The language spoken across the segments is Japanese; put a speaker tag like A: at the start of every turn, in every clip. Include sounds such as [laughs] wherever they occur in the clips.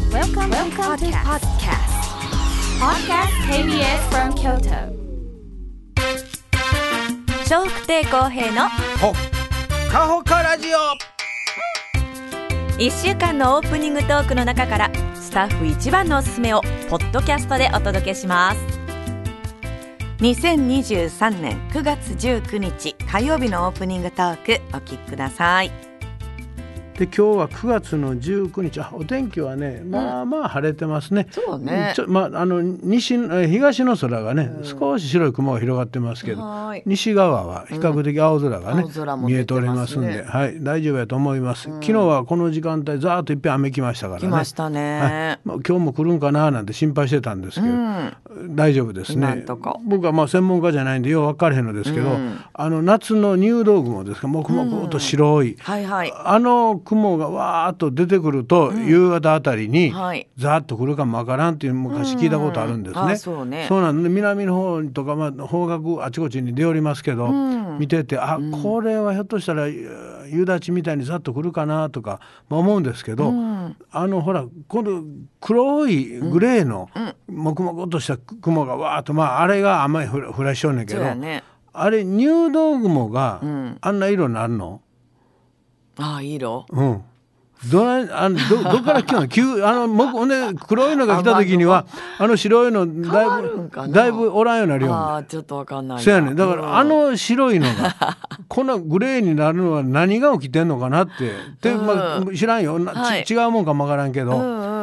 A: Welcome to
B: Welcome, to podcast.
A: Podcast KBS from Kyoto.
B: 笑福亭公平の
C: ほっかほかラジオ
B: 1週間のオープニングトークの中からスタッフ一番のおすすめをポッドキャストでお届けします
D: 2023年9月19日火曜日のオープニングトークお聞きください
C: で今日は9月の19日あお天気はねまあまあ晴れてますね、
D: そうね
C: ちょまああの西え東の空がね、少し白い雲が広がってますけど
D: はーい
C: 西側は比較的青空がね、
D: 青空も
C: 見
D: 出てますね
C: えておりますんで、はい大丈夫やと思います、昨日はこの時間帯ざーっといっぺん雨来ましたからね
D: 来ましたね
C: はいまあ、今日も来るんかななんて心配してたんですけど、大丈夫です
D: 今
C: ね
D: んとこ
C: 僕はまあ専門家じゃないんでよう分かれへんのですけど、あの夏の入道雲ですかもくもくっと白い、
D: はいはい
C: あの雲がわーっと出てくると、夕方あたりに、
D: はい
C: ざーっと来るかもわからんっていう昔聞いたことあるんですね。
D: うんあそうね
C: なんで南の方とか、まあ、方角あちこちに出おりますけど、見ててあこれはひょっとしたらえー夕立みたいにざっと来るかなとか、まあ、思うんですけど、あのほらこの黒いグレーのもくもくっとした雲がわーっと、まあ、あれが甘いフラッシュねんけ
D: そ
C: ど、
D: うやね
C: あれ入道雲があんな色になるの、
D: ああいい色
C: うん。どないあ
D: [laughs]
C: のどどっから来たの急あのもくほんで黒いのが来た時にはあの白いのだい
D: 変わるんか
C: ぶ
D: な
C: だいぶおらんようになるよ
D: あ
C: ね
D: あちょっとわかんないな
C: そうやねんだからあ
D: うん
C: の白いの
D: [laughs]
C: がこんなグレーになるのは何が起きてんのかなってで、まあ、知らんよ、なち
D: はい
C: 違うもんかもわからんけど、
D: うんうん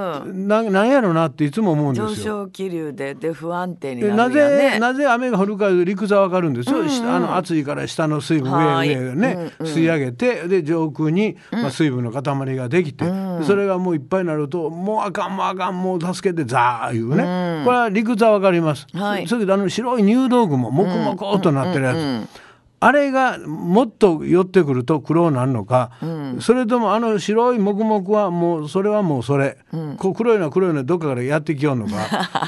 C: ななんやろなっていつも思うん
D: 上
C: ですよ。
D: 昇気流でで不安定に
C: で
D: な
C: な
D: るよね
C: ぜなぜ雨が降るか理屈はわかるんですよ、下あの暑いから下の水分
D: は
C: 上
D: い
C: へ上へね、吸い上げてで上空に、まあ、水分の塊ができて、それがもういっぱいになるともうあかんもうあかんもう助けてザーいうね、これは理屈はわかります。
D: はい
C: それであの白い入道雲もくもくっとなってるやつ。あれがもっと寄ってくると黒になるのか、それともあの白いもくもくはもうそれはもうそれ、こう黒いのは黒いのはどっかからやってきようの [laughs] か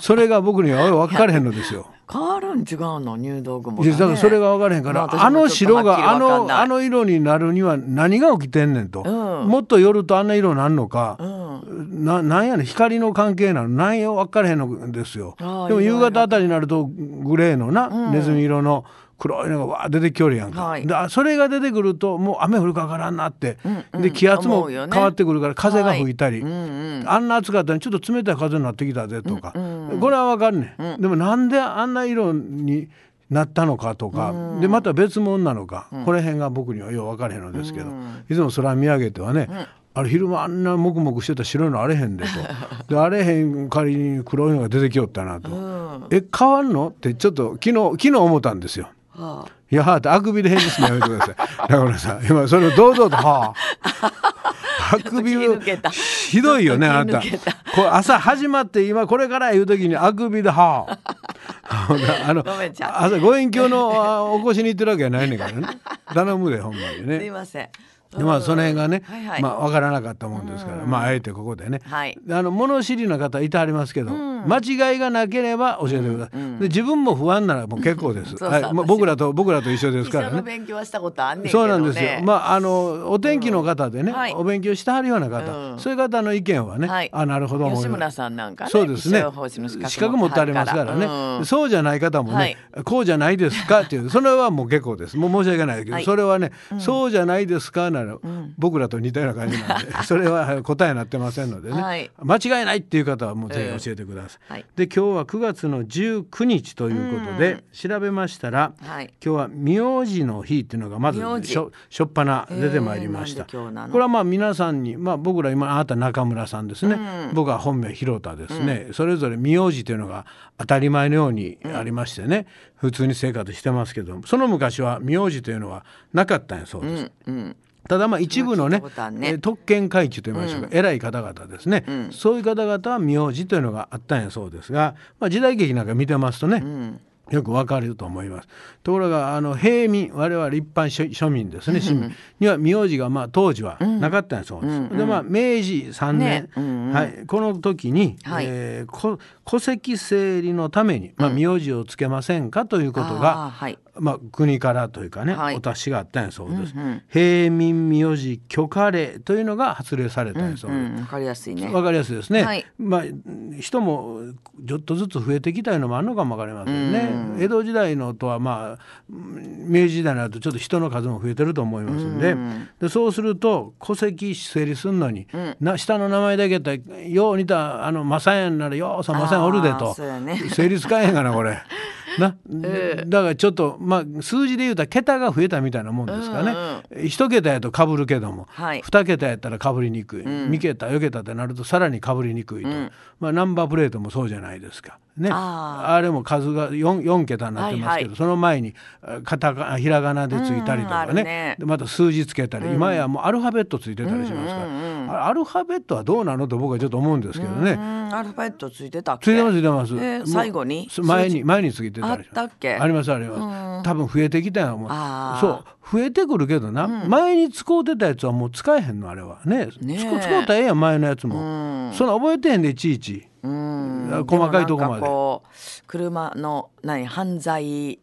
C: それが僕にはよう分かれへんのですよ。
D: 変わるん違うの入道雲
C: いや
D: が、ね、
C: だからそれが分からへんか
D: ま
C: ら、
D: 私も
C: あ、の白
D: ち
C: があ
D: ょっとはっきりわかん
C: の
D: ない
C: あの色になるには何が起きてんねんと、
D: うん
C: もっと寄るとあんな色になるのか、ななんやねん光の関係なのなんや分からへんのですよ。で
D: あー
C: も
D: い
C: 夕
D: ろいろ
C: 方あたりになるとグレーのな、ネズミ色の黒いのがわー出てきよるやんか、
D: はい
C: であそれが出てくるともう雨降るか分からんなって、で気圧
D: 思
C: も
D: う
C: 変
D: よね
C: わってくるから風が吹いたり、あんな暑かったのにちょっと冷たい風になってきたぜとか、これは分かんねん、でもなんであんな色になったのかとか、でまた別物なのか、この辺が僕にはよう分からへんのですけど、いつも空見上げてはね、あれ昼間あんなもくもくしてた白いのあれへんで [laughs] とであれへん仮に黒いのが出てきよったなと、え変わんのってちょっと昨日昨日思ったんですよ。いやはあってあくびで返事するのやめてください。だからさん今それを堂々とは
D: [laughs]
C: あ。あくび
D: ちょっと気抜けた
C: ひどいよね
D: ちょ
C: あ
D: っ
C: な
D: と気抜け
C: た。
D: た
C: これ朝始まって今これからいう時にあくびではあ。ほんであの
D: ごめんちゃ
C: 朝ご遠鏡のあ起こしに行ってるわけやないねんからね。頼むでほんまに
D: すい
C: ね。
D: ません
C: でまあその辺がね、
D: はいはい
C: まあわからなかったもんですから、まああえてここでね、
D: はい
C: であの物知りの方いてはりますけど、間違いがなければ教えてください、で自分も不安ならもう結構で
D: [laughs] そ
C: す
D: うそう
C: はい、まあ、
D: 私
C: 僕らと僕らと一緒です
D: 一
C: か
D: 緒
C: ら
D: の
C: ね
D: 勉強はしたことあんねんけど
C: そう
D: ね
C: なんですよ。まああのお天気の方でね、
D: うんはい
C: お勉強してはるような方、
D: うん
C: そういう方の意見はね、
D: はい
C: あなるほど思います
D: 吉村さんなんかね
C: そうです
D: 気
C: ね
D: 象予報士の資格
C: 資格持ってありますからね、
D: うん
C: そうじゃない方もね、
D: はい
C: こうじゃないです
D: [laughs]
C: かっていうそれはもう結構ですもう申し訳ないけど、
D: はい
C: それはね、そうじゃないですかなら、僕らと似たような感じ
D: [laughs]
C: なんでそれは答えになってませんのでね、
D: はい
C: 間違いないっていう方はもうぜひ教えてくだ
D: う
C: さい。
D: んはい
C: で今日は9月の19日ということで、調べましたら、
D: はい
C: 今日は名字の日っていうのがまず
D: 名字
C: しょしょっぱな出てまいりました。
D: えーなんで今日なの
C: これはまあ皆さんに、まあ、僕ら今あなた中村さんですね、僕は本名広田ですね、それぞれ名字というのが当たり前のようにありましてね、普通に生活してますけどその昔は名字というのはなかったんやそうです。ただまあ一部のね
D: 聞いたことあるね
C: えー特権階級と言いましょうか、偉い方々ですね、そういう方々は名字というのがあったんやそうですが、まあ、時代劇なんか見てますとね、よくわかると思いますところがあの平民我々一般庶庶民ですね市民には名字がまあ当時はなかったそうです、でまあ明治3年、
E: ねうんうん
C: はい、この時に、
E: はい
C: えーこ戸籍整理のために、まあ、名字をつけませんかということ
E: あ
C: が、
E: ーはい
C: まあ、国からというかね、
E: はい
C: お達しがあったんやそうです、
E: うんうん
C: 平民名字許可令というのが発令されたんやそう
E: う
C: です、
E: ん、わかりやすいね。
C: わかりやすいですね、
E: はい
C: まあ人もちょっとずつ増えてきたいうのもあるのかもわかりませんね江戸時代のとはまあうん明治時代になるとちょっと人の数も増えてると思いますんで,、でそうすると戸籍整理すんのに、な下の名前だけやったらよう似たあの正也ならようさん正也おるで
E: あー
C: と
E: そうやね
C: 成立かへんがなこ
E: [laughs]
C: れ。なだからちょっと、まあ、数字で言うたら桁が増えたみたいなもんですからね、一桁やとかぶるけども、
E: はい
C: 2桁やったらかぶりにくい、3桁4桁ってなるとさらにかぶりにくいと、まあ、ナンバープレートもそうじゃないですか。ね、
E: あ
C: あれも数が 4, 4桁になってます
E: は
C: けど、
E: いはい
C: その前にあカタカひらがなでついたりとか
E: うんあ
C: ね,、
E: るね
C: でまた数字つけたり、今やもうアルファベットついてたりしますから、あれアルファベットはどうなのと僕はちょっと思うんですけどね。
E: うん、アルファベットついてたっけ。
C: ついてますついてます。
E: えー
C: もう
E: 最後に
C: す前
E: 数
C: に前についてたりします
E: あったっけ
C: ありますあります。多分増えてきたよも
E: あ
C: う。
E: ー
C: そう増えてくるけどな、前に使うてたやつはもう使えへんのあれはね。
E: ねえ
C: 使う使うたらええやん前のやつも。そんな覚えてへんでいちいち。
E: うん
C: 細かいとこま
E: でもなん
C: で
E: かこう車の何犯罪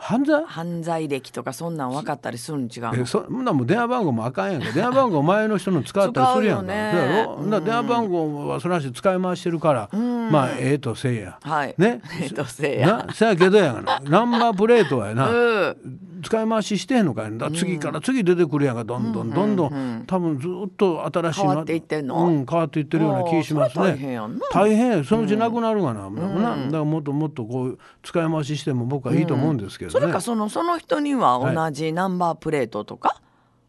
C: 犯罪。
E: 犯罪歴とかそんなん分かったりするん違うの
C: えそんなもう電話番号もあかんやんか電話番号前の人の使ったりするやんか
E: 使うよね
C: そうやろだから電話番号はそらして使い回してるからまあええとせいや、
E: はい
C: ね
E: えっとせいや
C: なせやけどやがなナンバープレートはやな、
E: うん
C: 使い回ししてへんのかいなだから次から次出てくるやんかどんどんどんどん、多分ずっと新しいの
E: 変わっていってんの
C: うん、変わっていってるような気しますね
E: おーそれ大変やんな
C: 大変そのうちなくなるがな,、なだからもっともっとこう使い回ししても僕はいいと思うんですけどね、
E: それかそのその人には同じナンバープレートとか、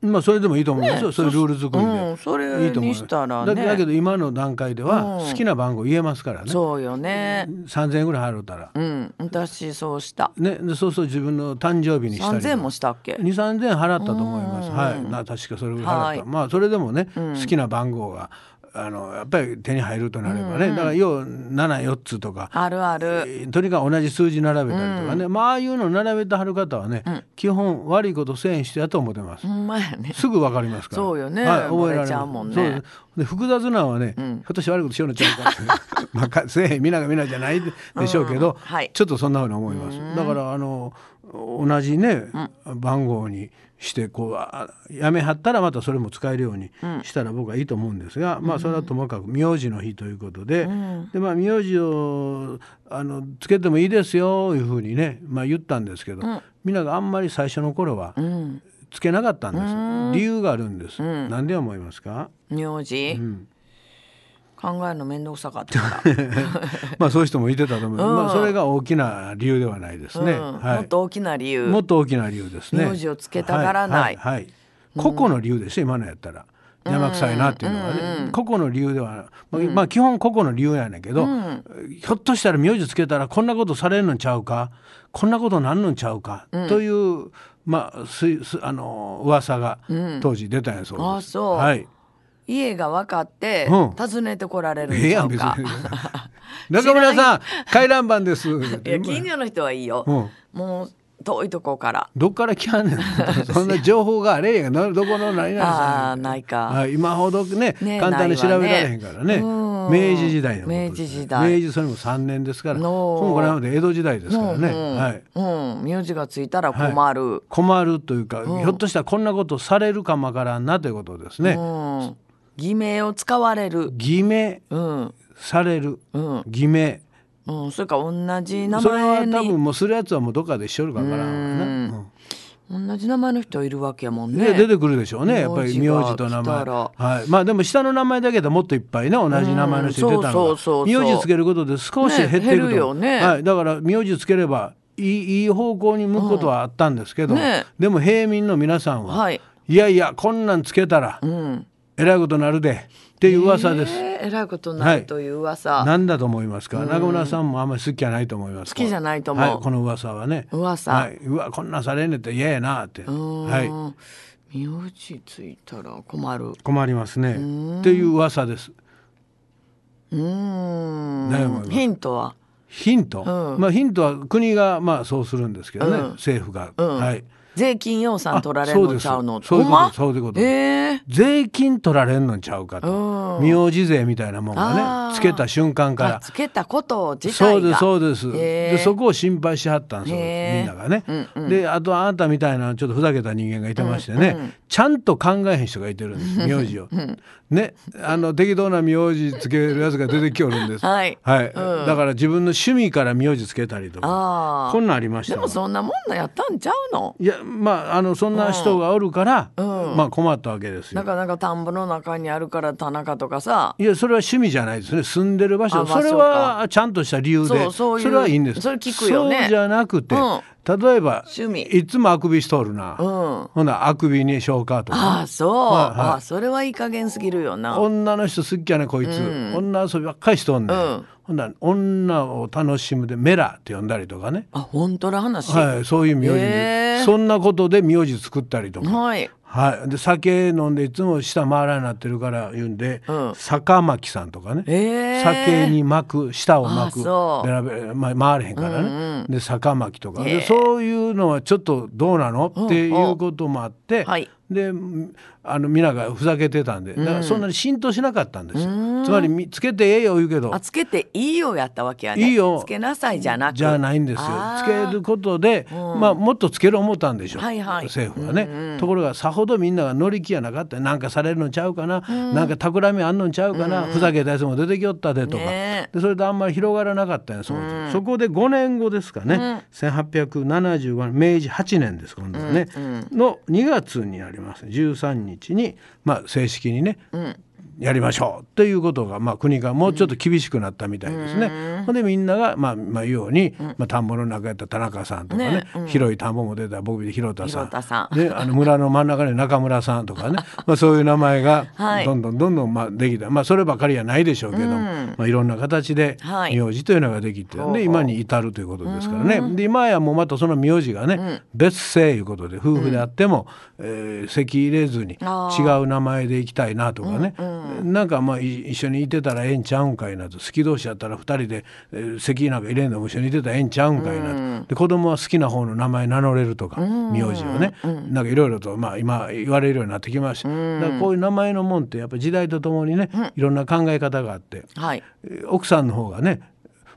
C: まあそれでもいいと思うんですよ、
E: ね
C: そういうルール作りで、
E: うんそれ
C: いいと思う
E: にしたらね
C: だだけど今の段階では好きな番号言えますからね、
E: そうよね
C: 3,000円ぐらい払うたら、
E: うん私そうした
C: ね、でそうそう自分の誕生日にしたり
E: 3000もしたっけ
C: 二三千円払ったと思います。はい、な確かそれぐらい払った。
E: はい
C: まあそれでもね、好きな番号があのやっぱり手に入るとなればね、だから要七四つとか。
E: あるある
C: えーとにかく同じ数字並べたりとかね、まあああいうの並べてはる方はね、基本悪いことせえんしてやと思ってます、
E: ほんまやね
C: すぐわかりますから
E: そうよね
C: 覚えら
E: バレ
C: れ
E: ちゃ
C: ま
E: う
C: す
E: もんね
C: そうですで複雑なのはね、ひょっとして悪いことしようのちゃうかって [laughs] まあかせえへん皆が皆じゃないでしょうけど、
E: はい
C: ちょっとそんなふうに思います。だからあの同じね、番号にしてこうあやめはったらまたそれも使えるようにしたら僕はいいと思うんですが、まあそれはともかく名字の日ということで,、でまあ、名字をあのつけてもいいですよいうふうにね、まあ、言ったんですけど、みんながあんまり最初の頃はつけなかったんです、理由があるんです。なんで思いますか、
E: 名字、考えるの面倒くさかったから
C: まあそういう人もいてたと思う、まあそれが大きな理由ではないです [laughs] ね。
E: うん
C: はい
E: もっと大きな理由
C: もっと大きな理由ですね。
E: 名字をつけたがらない
C: はいはいはい個々の理由でしょ今のやったら。邪魔くさいなっていうのはね、個々の理由では、まあ、まあ基本個々の理由やねんけど、ひょっとしたら名字つけたらこんなことされるのんちゃうか、こんなことなんのんちゃうか、というまあすいすあの噂が当時出たんやそうです。
E: あそう
C: はい。
E: 家が分かって、
C: うん
E: 訪ねてこられるん
C: ええ
E: ち
C: や
E: ゃ
C: ん
E: う
C: 別
E: か [laughs]
C: に。中村さん回覧板です。
E: いや近所の人はいいよ、
C: うん
E: もう遠いとこから
C: どっから来はんねん。そんな情報があれへんやんなどこの何々
E: あ
C: さ
E: あ
C: ん。
E: ないか、
C: はい、今ほどね
E: ね
C: 簡単に調べられへんから
E: な
C: ね
E: いわね
C: 明治時代のことです
E: 明治時代
C: 明治それも3年ですから
E: おー
C: ほぼこれまで江戸時代ですからね、
E: うん
C: はい、
E: うん名字がついたら困る、
C: 困るというか、ひょっとしたらこんなことされるかもわからんなということですね、
E: うん偽名を使われる
C: 偽名
E: うん
C: される、
E: うん
C: 偽名
E: うんそれから同じ名
C: それは
E: 前
C: 多
E: に
C: 分もうするやつはもうどっかで一緒るかわからんわな、うん
E: 同じ名前の人いるわけやもん
C: ね、
E: ね
C: 出てくるでしょうねやっぱり
E: 名字が
C: 名字と名
E: 来た
C: 前
E: ら
C: はいまあでも下の名前だけでもっといっぱいね同じ名前の人いてた
E: うんそう
C: の
E: そうそうそ
C: が
E: う
C: 名字つけることで少し減っていくと、
E: ね減るよね
C: はい、だから名字つければいいいい方向に向くことはあったんですけど、
E: うんね
C: でも平民の皆さんは、、
E: はいい
C: やいやこんなんつけたら
E: うん
C: えらいことなるでっていう噂です。
E: えーえらいことになるという噂、
C: なんだと思いますか中村さんもあんまり好きじゃないと思いま
E: 好
C: す
E: きじゃないと思う
C: はい、この噂はね
E: 噂
C: はいうわこんなんされんねって嫌やなってはい
E: うん名字ついたら困る
C: 困りますねっていう噂です。
E: うーん
C: ねえまあ
E: ヒントは
C: ヒント、
E: うん
C: まあヒントは国がまあそうするんですけどね、
E: うん
C: 政府が、
E: うん
C: はい
E: 税金養
C: あ
E: 蚕取られるのちゃうの
C: そ
E: ほん
C: うですそういうこ
E: ま
C: とそういうこと、
E: ええ
C: 税金取られんのちゃうかと、
E: うん
C: 苗字税みたいなもん
E: あ
C: が
E: ー
C: ねつけた瞬間か
E: あ
C: ら
E: つけたこと自体が
C: そうですそうです、
E: へー
C: でそこを心配しはったんですよ
E: へー
C: みんながね、
E: うんうん
C: であとあなたみたいなちょっとふざけた人間がいてましてね、
E: うんうん
C: ちゃんと考えへん人がいてるんです名字を、ねあの適当な名字つけるやつが出てきおるんで
E: [laughs]
C: す
E: はいうん
C: だから自分の趣味から名字つけたりとか
E: あ
C: こ
E: あ
C: んなんありまし
E: で
C: た
E: も
C: わ
E: そんなもんなんやったんちゃうの
C: いやまああのそんな人がおるから、
E: うん
C: まあ困ったわけですよ
E: なかなか田んぼの中にあるから田中とかさ
C: いやそれは趣味じゃないですね住んでる場所
E: あまあ
C: それはちゃんとした理由で
E: そうそういう
C: れはいいんです
E: それ聞くよね
C: そうじゃなくて、
E: うん
C: 例えば
E: 趣味
C: いつもあくびしとるな、
E: うん
C: ほなあくびに消化とか
E: ああそう、
C: はいはい
E: ああそれはいい加減すぎるよな
C: 女の人好きやねこいつ、
E: うん
C: 女遊びばっかりしとんね、
E: うん
C: ん、ほんなら女を楽しむでメラって呼んだりとかね、
E: あ本当の話
C: はい、そういう名字、
E: へー
C: そんなことで名字作ったりとか、
E: はい
C: はい、で酒飲んでいつも舌回らになってるから言うんで、
E: うん
C: 酒巻さんとかね、
E: えー
C: 酒に巻く舌を巻
E: あ
C: く
E: そう
C: ベラベラ、まあ、回れへんからね、
E: うんうん
C: で酒巻きとか、
E: へえ
C: でそういうのはちょっとどうなの
E: うん
C: っていうこともあって、
E: はい
C: でうんあの皆がふざけてたんでだからそんなに浸透しなかったんですよ、つまりみつけてええよ言うけど
E: あつけていいよやったわけやね
C: いいよ
E: つけなさいじゃなく
C: じゃないんですよ
E: あ
C: つ
E: ー
C: けることで、
E: うん
C: まあ、もっとつける思ったんでしょう、
E: はいはい
C: 政府はね、
E: うんうん
C: ところがさほどみんなが乗り気やなかったなんかされるのちゃうかな、なんか企みあんのちゃうかな、ふざけたやつも出てきよったでとか、
E: ねえ
C: でそれであんまり広がらなかったんやそうですそこで5年後ですかね、1875年明治8年です今度はね、の2月になります13日に、まあ、正式にね、やりましょうということが、まあ、国がもうちょっと厳しくなったみたいですね。ほんでみんなが、まあまあ、言うように、まあ、田んぼの中やったら田中さんとかね
E: ね
C: 広い田んぼも出た僕で広田さん
E: 広田さん
C: であの村の真ん中に中村さん
E: [laughs]
C: とかね、まあ、そういう名前が
E: はい
C: どんどんどんどん、まあ、できた、まあ、そればかりはないでしょうけども、まあ、いろんな形で
E: はい
C: 名字というのができて、
E: ほうほう
C: で今に至るということですからねで今やもうまたその名字がね、別姓いうことで夫婦であっても、えー籍入れずに
E: あ
C: 違う名前でいきたいなとかね、なんかまあい一緒にいてたらええんちゃうんかいなと好き同士やったら2人で、えー籍なんか入れんでも一緒にいてたらええんちゃうんかいなと、で子供は好きな方の名前名乗れるとか、名字をね、なんかいろいろと、まあ、今言われるようになってきました、だからこういう名前のもんってやっぱり時代とともにね、いろんな考え方があって。
E: はい
C: えー奥さんの方がね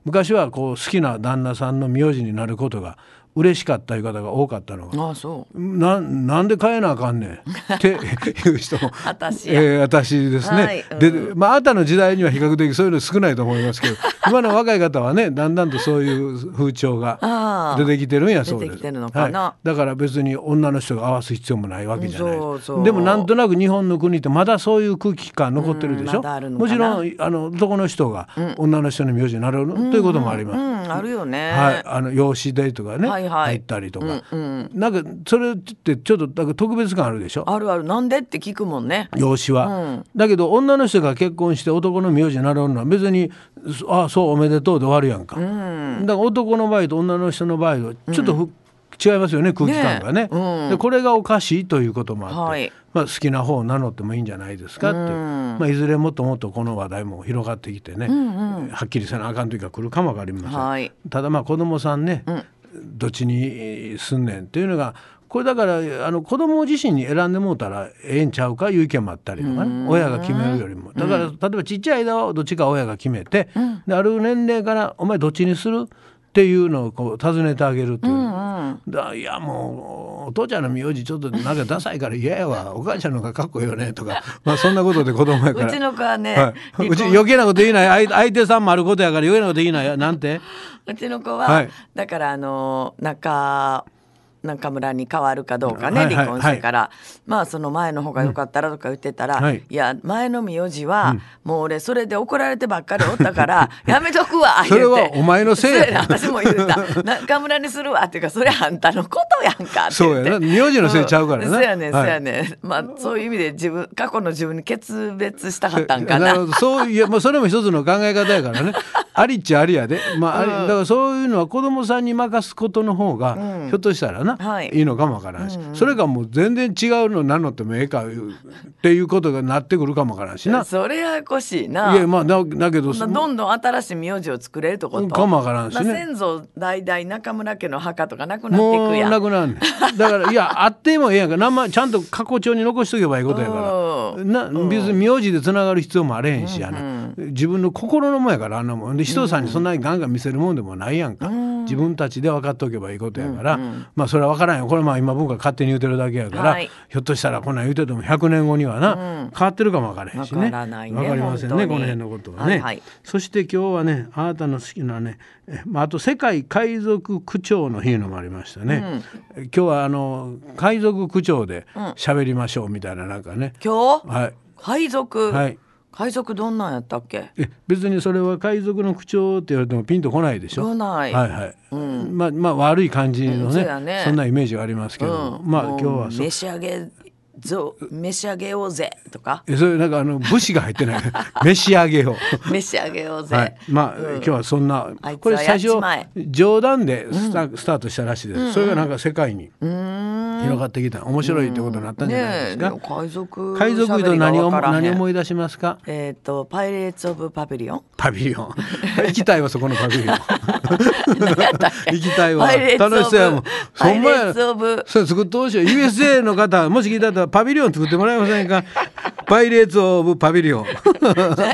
C: 昔はこう好きな旦那さんの名字になることが嬉しかったいう方が多かったのが
E: ああそう
C: ななんで変えなあかんねんっていう人も
E: [laughs] 私や
C: えー私ですね、
E: はいうん
C: でまああなたの時代には比較的そういうの少ないと思います
E: [laughs]
C: けど今の若い方はねだんだんとそういう風潮
E: あ
C: が
E: ー
C: 出てきてるんやそうです
E: 出てきてるのかな
C: はい、だから別に女の人が合わす必要もないわけじゃない
E: そうそう
C: でもなんとなく日本の国ってまだそういう空気感残ってるで
E: う
C: し
E: んま
C: ょ、
E: だあるのか
C: も
E: な
C: ちろんあの男の人が女の人の名字になるということもあります。
E: うんあるよね、
C: はい、あの養子でとかね、
E: はいはい
C: 入ったりとか、
E: うん
C: なんかそれってちょっとなんか特別感あるでしょ
E: あるあるなんでって聞くもんね
C: 養子は、
E: うん
C: だけど女の人が結婚して男の名字になるのは別に「ああそうおめでとう」で終わるやんか、だから男の場合と女の人の場合はちょっとふ、違いますよね空気感がね
E: ねえうん
C: でこれがおかしいということもあって、
E: はい
C: まあ、好きな方を名乗ってもいいんじゃないですかっていう、まあ、いずれもっともっとこの話題も広がってきてね、はっきりせなあかん時が来るかもわかりません、
E: はい
C: ただまあ子供さんね、どっちにすんねんっていうのがこれだからあの子供自身に選んでもうたらええんちゃうかいう意見もあったりとかね親が決めるよりもだから例えばちっちゃい間はどっちか親が決めて、である年齢から「お前どっちにする?」っていうのをこう尋ねてあげるという。だいやもうお父ちゃんの名字ちょっとなんかダサいから嫌やわお母ちゃんの方がかっこいいよねと
E: [laughs]
C: か、まあ、そんなことで子供やから
E: うちの子はね、
C: はい、
E: 離
C: うち
E: 婚
C: 余計なこと言いない相相手さんもあることやから余計なこと言いないなんて
E: [laughs] うちの子は、
C: はい
E: だからあの中中村に変わるかどうかね、
C: はいはい
E: 離婚してから、まあその前の方が良かったらとか言ってたら、
C: うんはいい、
E: や前の名字は、もう俺それで怒られてばっかりおったから
C: [laughs]
E: やめとくわ言うて
C: それはお前のせいや
E: そうやな私も言った中村にするわっていうかそれあんたのことやんかって言って
C: そうやな名字のせいちゃうからな
E: うんそうやねん
C: は
E: そ
C: いう
E: やねん、まあそういう意味で自分過去の自分に決別したかったんか
C: [laughs]
E: な
C: な [laughs] るほどそういやまあそれも一つの考え方やからねありっちゃありやで、まあありだからそういうのは子供さんに任すことの方が、ひょっとしたらな、
E: はい
C: い、いのかもわからんし、それがもう全然違うの何のってもええかいうっていうことがなってくるかもわからんしな。
E: それややこしいな。
C: いやまあだだけど
E: まあどんどん新しい名字を作れるとこと。
C: かもわからんしね
E: まあ先祖代々中村家の墓とかなくなってい
C: もう
E: くやん。
C: なくなるねんだからいやあってもええやんか名前ちゃんと過去帳に残しとけばいいことやからな別に名字でつながる必要もあれへんしやな自分の心のもんやからあんなもんで人さんにそんなにガンガン見せるもんでもないやんか自分たちで分かっておけばいいことやからまあそれは分からんよこれまあ今僕が勝手に言うてるだけやから
E: は
C: ひ
E: い
C: ょっとしたらこんなん言うてても100年後にはな変わってるかも分からへんしね
E: わからないね
C: わかりません
E: 本当
C: ね
E: に
C: この辺のことは
E: は
C: ね
E: いはい
C: そして今日はねあなたの好きなね、えまあ、あと世界海賊区長の日いうのもありましたね、え今日はあの海賊区長で喋りましょうみたいななんかね、
E: 今日
C: はい
E: 海賊、
C: はい
E: 海賊どんなんやったっけ？
C: え別にそれは海賊の区長って言われてもピンとこないでしょ
E: 来ない
C: はいはいまあまあ悪い感じ
E: う
C: の
E: んそ
C: ね,、
E: うやね
C: んなイメージがありますけど、まあ今日はそう
E: 召し上げぞ召し上げようぜと
C: [laughs]
E: か
C: えそれなんかあの武士が入ってない [laughs] 召し上げを。
E: 召し上げようぜ。
C: はい、まあ、今日はそんな
E: あいつは
C: これ最初
E: やっちまえ
C: 冗談でスタ,、スタートしたらしいです、それがなんか世界に広がってきた面白いってことになったんじゃないです
E: ねえ
C: か、
E: 海賊
C: 海賊と何を何を思
E: い
C: い出しますか
E: えっ、とパイレーツオブパビリ
C: [laughs]
E: オン
C: パビリオン行きたいわそこのパビリオン行きたいわ
E: パイレーツオブ
C: 楽しそうやもん
E: パイレ
C: や
E: ーツオブ
C: それ作ってほしい USA の方もし聞いたらパビリオン作ってもらえませんかパイレーツオブパ
E: [laughs]
C: ビリオン
E: 何やった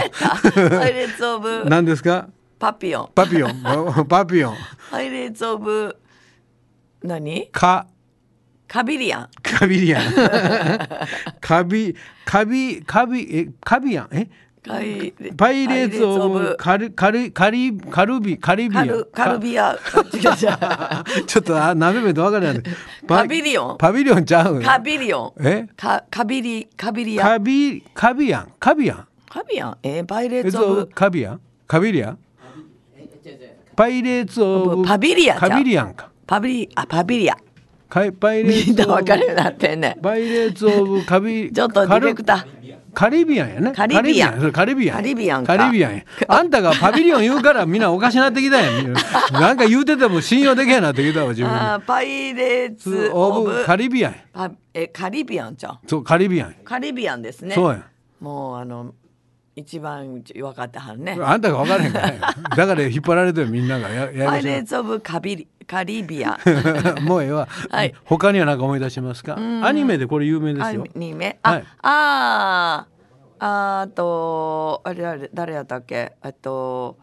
E: パイレーツオブ
C: 何ですか
E: パピオン
C: パピオ [laughs] ンパピオン
E: パイレーツオブ何
C: か
E: カビリアン
C: カビリアン。カビ、カビ、カビ、え、カビアン、え。
E: パイレ
C: パイレーツオブ
E: パ
C: カル、カル、カリ、カルビ、カリビ
E: イ
C: アン
E: レーツオブカル。カル
C: か。
E: ビア違う違 [laughs] う
C: ちょっと、あ、なめめとわからない。パ
E: [laughs] パビリオン
C: パビリオンちゃう。
E: カビリオン
C: え
E: カカビリカビリアン
C: カビ、カビアン、カビアン。
E: カビアンえーパイレ
C: え
E: ー
C: っ
E: ツオ
C: と、
E: ブ
C: カビアン。カビリアン。パイレーツオブ。
E: パビリアンちゃう
C: カビリアンか。
E: パビリあパビリア
C: かいパイレ
E: み
C: ー
E: ん
C: ツ
E: な
C: オ
E: 分
C: ブ
E: か。るようになってんね
C: パイレーツオブカビ。
E: ちょっとディレクター
C: カリビアンやね。
E: カリビアン
C: カリビア
E: カ
C: ン。
E: リビアンか
C: カリビアンや。あんたがパビリオン言うからみんなおかしなってきたや
E: [laughs]
C: ん。なんか言うてても信用できへんなってきたわ自分
E: あーパイレーツ
C: に。
E: オ
C: オ
E: ブ
C: ブカリビアンや。
E: パえカリビアンちゃん
C: そうカリビアンや。
E: カリビアンですね
C: そうやん。
E: もうあの一番分かってはるね
C: あんたが分からへんから
E: [laughs]
C: や。だから引っ張られてるみんながやや
E: パ
C: や
E: イレー
C: こ
E: ツ・オブカビリ・カリビアン。
C: しい [laughs] もうええわ。
E: はい
C: 他には何か思い出しますか。アニメでこれ有名です
E: ア
C: よ。
E: ニメ。あ、
C: はい
E: あーあーと、あれあれ、誰やったっけえっと、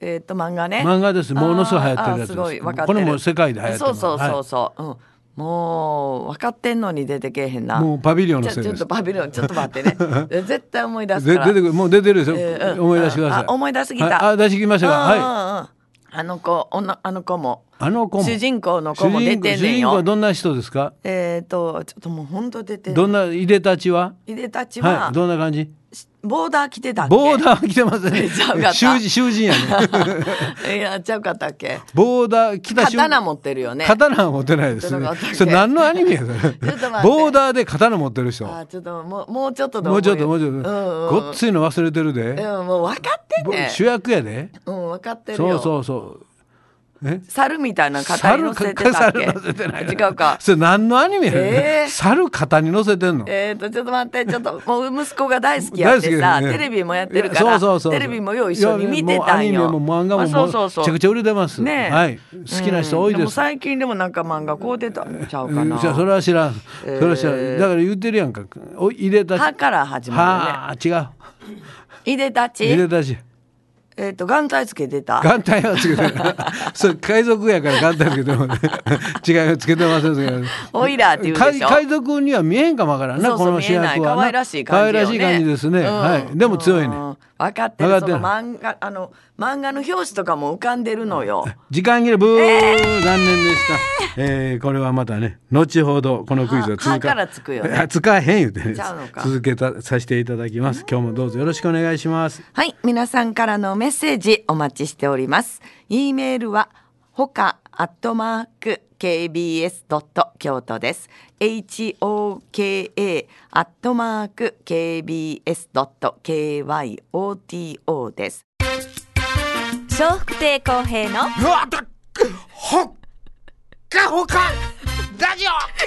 E: えっと、漫画ね。
C: 漫画ですものすごい流行ってるやつです
E: あーあーすごい分かって
C: こ
E: る
C: れも世界で流行ってます
E: そうそうそうそう。うん。もう、分かってんのに出てけえへんな。
C: もうパビリオン
E: ち
C: の
E: ょ
C: せい
E: ちょっ
C: です
E: と。パビリオン、ちょっと待ってね。絶対思い出す
C: ぜ
E: か
C: 出
E: ら。
C: てくるもう出てるでしょ、
E: えーうん
C: 思い出してください
E: あ思い出すぎた
C: はいあ出してきましたか
E: うんうんうん
C: はい
E: あの子、女あの子も。
C: あの子も
E: 主人公の子も出てんねん
C: 主人公主人公は
E: よ。
C: どんな人ですか
E: えっと、ちょっともう本当出て
C: どんないでたちはい
E: でたち
C: は
E: は、
C: いどんな感じ
E: ボーダー着てたっけ
C: ボーダーは来てません
E: [laughs] ちゃうかっ
C: ね
E: た
C: [laughs] 囚人
E: [laughs]
C: 囚人やね
E: ー [laughs] いやちゃうかったっ
C: [laughs]
E: け
C: ボーダー来た瞬
E: 刀持ってるよね
C: 刀は持ってないですね
E: 刀持ってない
C: それ何のアニメやそれ
E: っと待って
C: ボーダーで刀持ってる人
E: あーちょっともうもうちょっとで
C: もうちょっともう
E: 覚え
C: ちょっ
E: る
C: と、
E: うんうん
C: ごっついの忘れてるで、
E: うんもう分かってん
C: ぼ
E: ね
C: 主役やで
E: うん分かってる
C: そ
E: よ
C: うそうそうえ
E: 猿みたいな肩に乗せてたっ
C: 猿
E: け
C: か猿乗せてな
E: [laughs]
C: い
E: 違うか
C: それ何のアニメやねん、
E: えー
C: 猿肩に乗せてんの
E: えー、とちょっと待ってちょっともう息子が大好きやってさ、
C: 大好きですね
E: テレビもやってるか
C: いや
E: ら
C: そうそうそう
E: テレビもよう一緒に見てたん
C: いや
E: よ
C: もうアニメも漫画も
E: あそうそうそう
C: めちゃくちゃ売れてます
E: ねえ
C: はい好きな人多い
E: うん
C: で
E: も
C: す
E: 最近でもなんか漫画こう出たんちゃうか
C: うん
E: な
C: じゃあそれは知らんそれは知らん、だから言ってるやんかお入れた
E: 歯から始ま
C: はあ違う
E: るねいでた
C: 入れ
E: ち
C: たし
E: えっと眼帯つけてた
C: 眼帯はつけて
E: [laughs]
C: るそれ海賊やから眼帯つけてもね違いつけてませんけど
E: オイラーって言うで
C: 海
E: しょ
C: 海賊には見えんかもわからんな
E: そうそう
C: この主役は
E: 見えない
C: な
E: 可愛らしい感じよね。
C: 可愛らしい感じですね、
E: うん
C: はいでも強いね、
E: うん分かってる。
C: 分
E: そ
C: かってる
E: の漫画あの漫画の表紙とかも浮かんでるのよ。
C: 時間切れブー、残念でした、えーこれはまたね後ほどこのクイズ
E: は
C: は続
E: 歯からつくよね
C: あ使えへん言うてね
E: ちゃうのか
C: 続けたさせていただきます今日もどうぞよろしくお願いします
E: [laughs] はい、皆さんからのメッセージお待ちしております。e メールはほかアットマーク kbs ドット京都です。h o k a アットマーク kbs ドット k y o t o です。
F: 笑福亭公平の
B: うわだっほっかほかラジオ